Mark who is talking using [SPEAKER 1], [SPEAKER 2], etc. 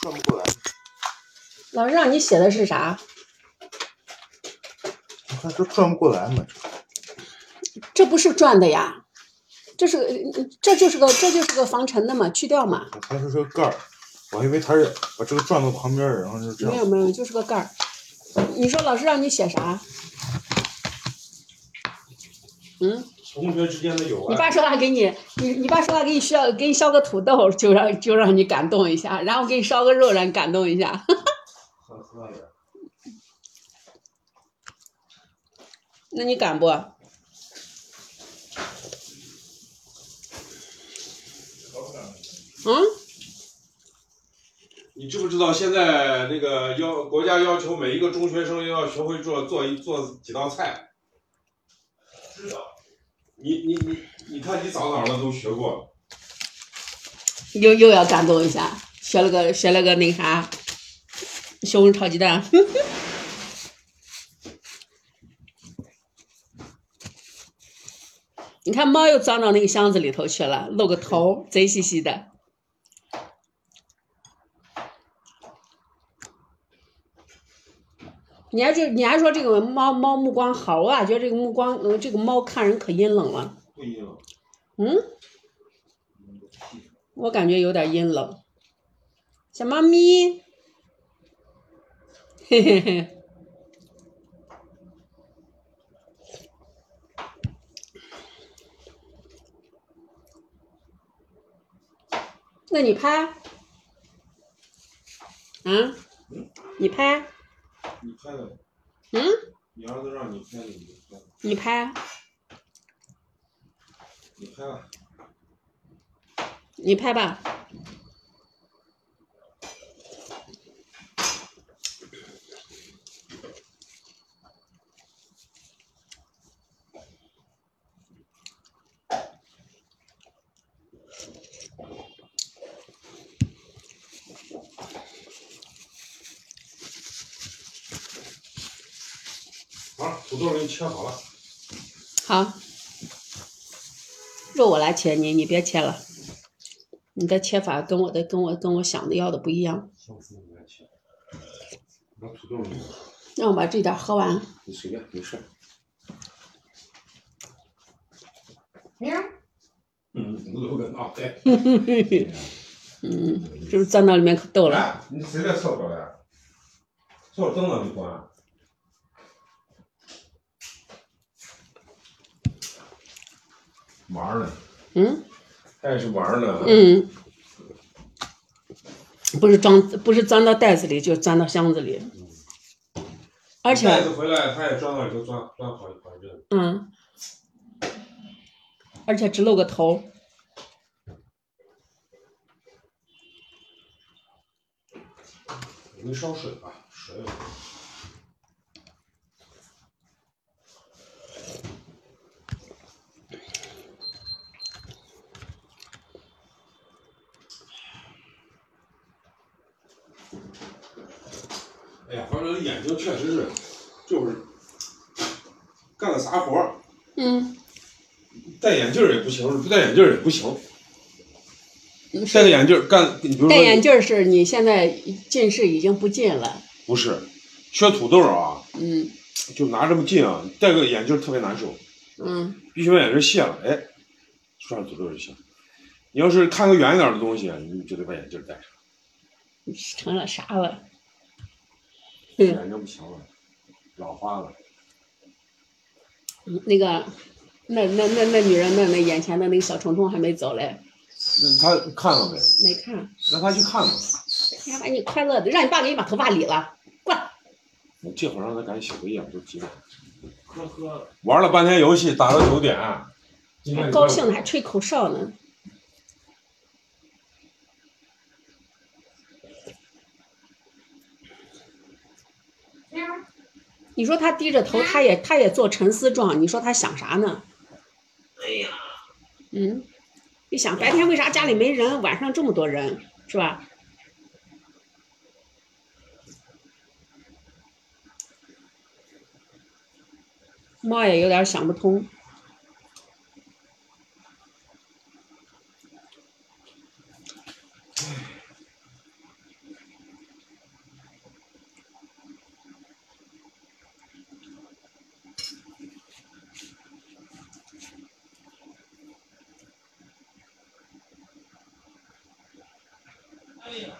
[SPEAKER 1] 转不过来。
[SPEAKER 2] 老师让你写的是啥？
[SPEAKER 1] 你看这转不过来嘛，
[SPEAKER 2] 这不是转的呀，这是这就是个这就是个防尘的嘛，去掉嘛。
[SPEAKER 1] 它是个盖儿，我还以为它是把这个转到旁边儿，然后就这
[SPEAKER 2] 没
[SPEAKER 1] 样。
[SPEAKER 2] 有没有，就是个盖儿。你说老师让你写啥？嗯，
[SPEAKER 3] 同学之间的友
[SPEAKER 2] 你
[SPEAKER 3] 爱，
[SPEAKER 2] 爸说他给你，你你爸说他给你削给你削个土豆，就让就让你感动一下，然后给你烧个肉让你感动一下。
[SPEAKER 3] 喝喝点儿
[SPEAKER 2] 那你敢不？嗯，
[SPEAKER 3] 你知不知道现在那个要国家要求每一个中学生要学会做做一做几道菜？知道。你你你你看你早早的都学过了，
[SPEAKER 2] 又又要感动一下，学了个学了个那啥，西红柿炒鸡蛋。 你看，猫又钻到那个箱子里头去了，露个头，贼兮兮的。你还就你还说这个猫猫目光好，我咋觉得这个目光，呃这个猫看人可阴冷了。
[SPEAKER 3] 不一样。
[SPEAKER 2] 嗯，我感觉有点阴冷。小猫咪， 嘿嘿嘿，那你拍？啊？你拍？啊
[SPEAKER 3] 你拍的，
[SPEAKER 2] 嗯？
[SPEAKER 3] 你儿子让你拍的，你就拍，
[SPEAKER 2] 你拍？啊
[SPEAKER 3] 你拍吧。
[SPEAKER 2] 你拍吧。
[SPEAKER 3] 啊，土豆给你切好了，
[SPEAKER 2] 好，肉我来切，你你别切了，你的切法跟我的跟我跟我想的要的不一样。
[SPEAKER 3] 香菇你来切，把土豆你
[SPEAKER 2] 让我把这点喝完。
[SPEAKER 3] 你随便，没事儿。
[SPEAKER 2] 喵。
[SPEAKER 3] 嗯，露个脑袋。
[SPEAKER 2] 嗯，是不是钻到里面可逗了？
[SPEAKER 3] 哎，你谁在厕所呀？厕所灯呢？你关啊？玩儿呢，
[SPEAKER 2] 嗯
[SPEAKER 3] 但是玩儿呢。
[SPEAKER 2] 嗯，不是装，不是钻到袋子里，就钻到箱子里。而
[SPEAKER 3] 袋
[SPEAKER 2] 且，
[SPEAKER 3] 子回来，他也钻到里头钻钻好一好一阵子。
[SPEAKER 2] 嗯，而且只露个头。
[SPEAKER 3] 我给你烧水吧，水。哎呀，反正眼睛确实是，就是干个啥活儿，
[SPEAKER 2] 嗯，
[SPEAKER 3] 戴眼镜儿也不行，不戴眼镜儿也不行。
[SPEAKER 2] 嗯
[SPEAKER 3] 戴个眼镜儿干，你比如说
[SPEAKER 2] 戴眼镜儿是你现在近视已经不近了。
[SPEAKER 3] 不是，削土豆啊，
[SPEAKER 2] 嗯
[SPEAKER 3] 就拿这么近啊，戴个眼镜儿特别难受。
[SPEAKER 2] 嗯。
[SPEAKER 3] 必须把眼镜卸了，哎，涮土豆就行。你要是看个远一点的东西，你就得把眼镜戴上，
[SPEAKER 2] 成了啥了？嗯，
[SPEAKER 3] 眼睛不行了，老花了。
[SPEAKER 2] 那个，那那那那女人的那眼前的那个小虫虫还没走嘞，
[SPEAKER 3] 那他看了呗，
[SPEAKER 2] 没看，
[SPEAKER 3] 让他去看吧。
[SPEAKER 2] 还把你快乐的，让你爸给你把头发理了，过来。
[SPEAKER 3] 你这会儿让他赶紧写作业，都几点？呵呵。玩了半天游戏，打到九点。啊今天
[SPEAKER 2] 还
[SPEAKER 3] 你
[SPEAKER 2] 高兴的还吹口哨呢。你说他低着头，他也他也做沉思状，你说他想啥呢？哎呀，嗯，一想白天为啥家里没人，晚上这么多人，是吧？猫也有点想不通。
[SPEAKER 4] 对呀、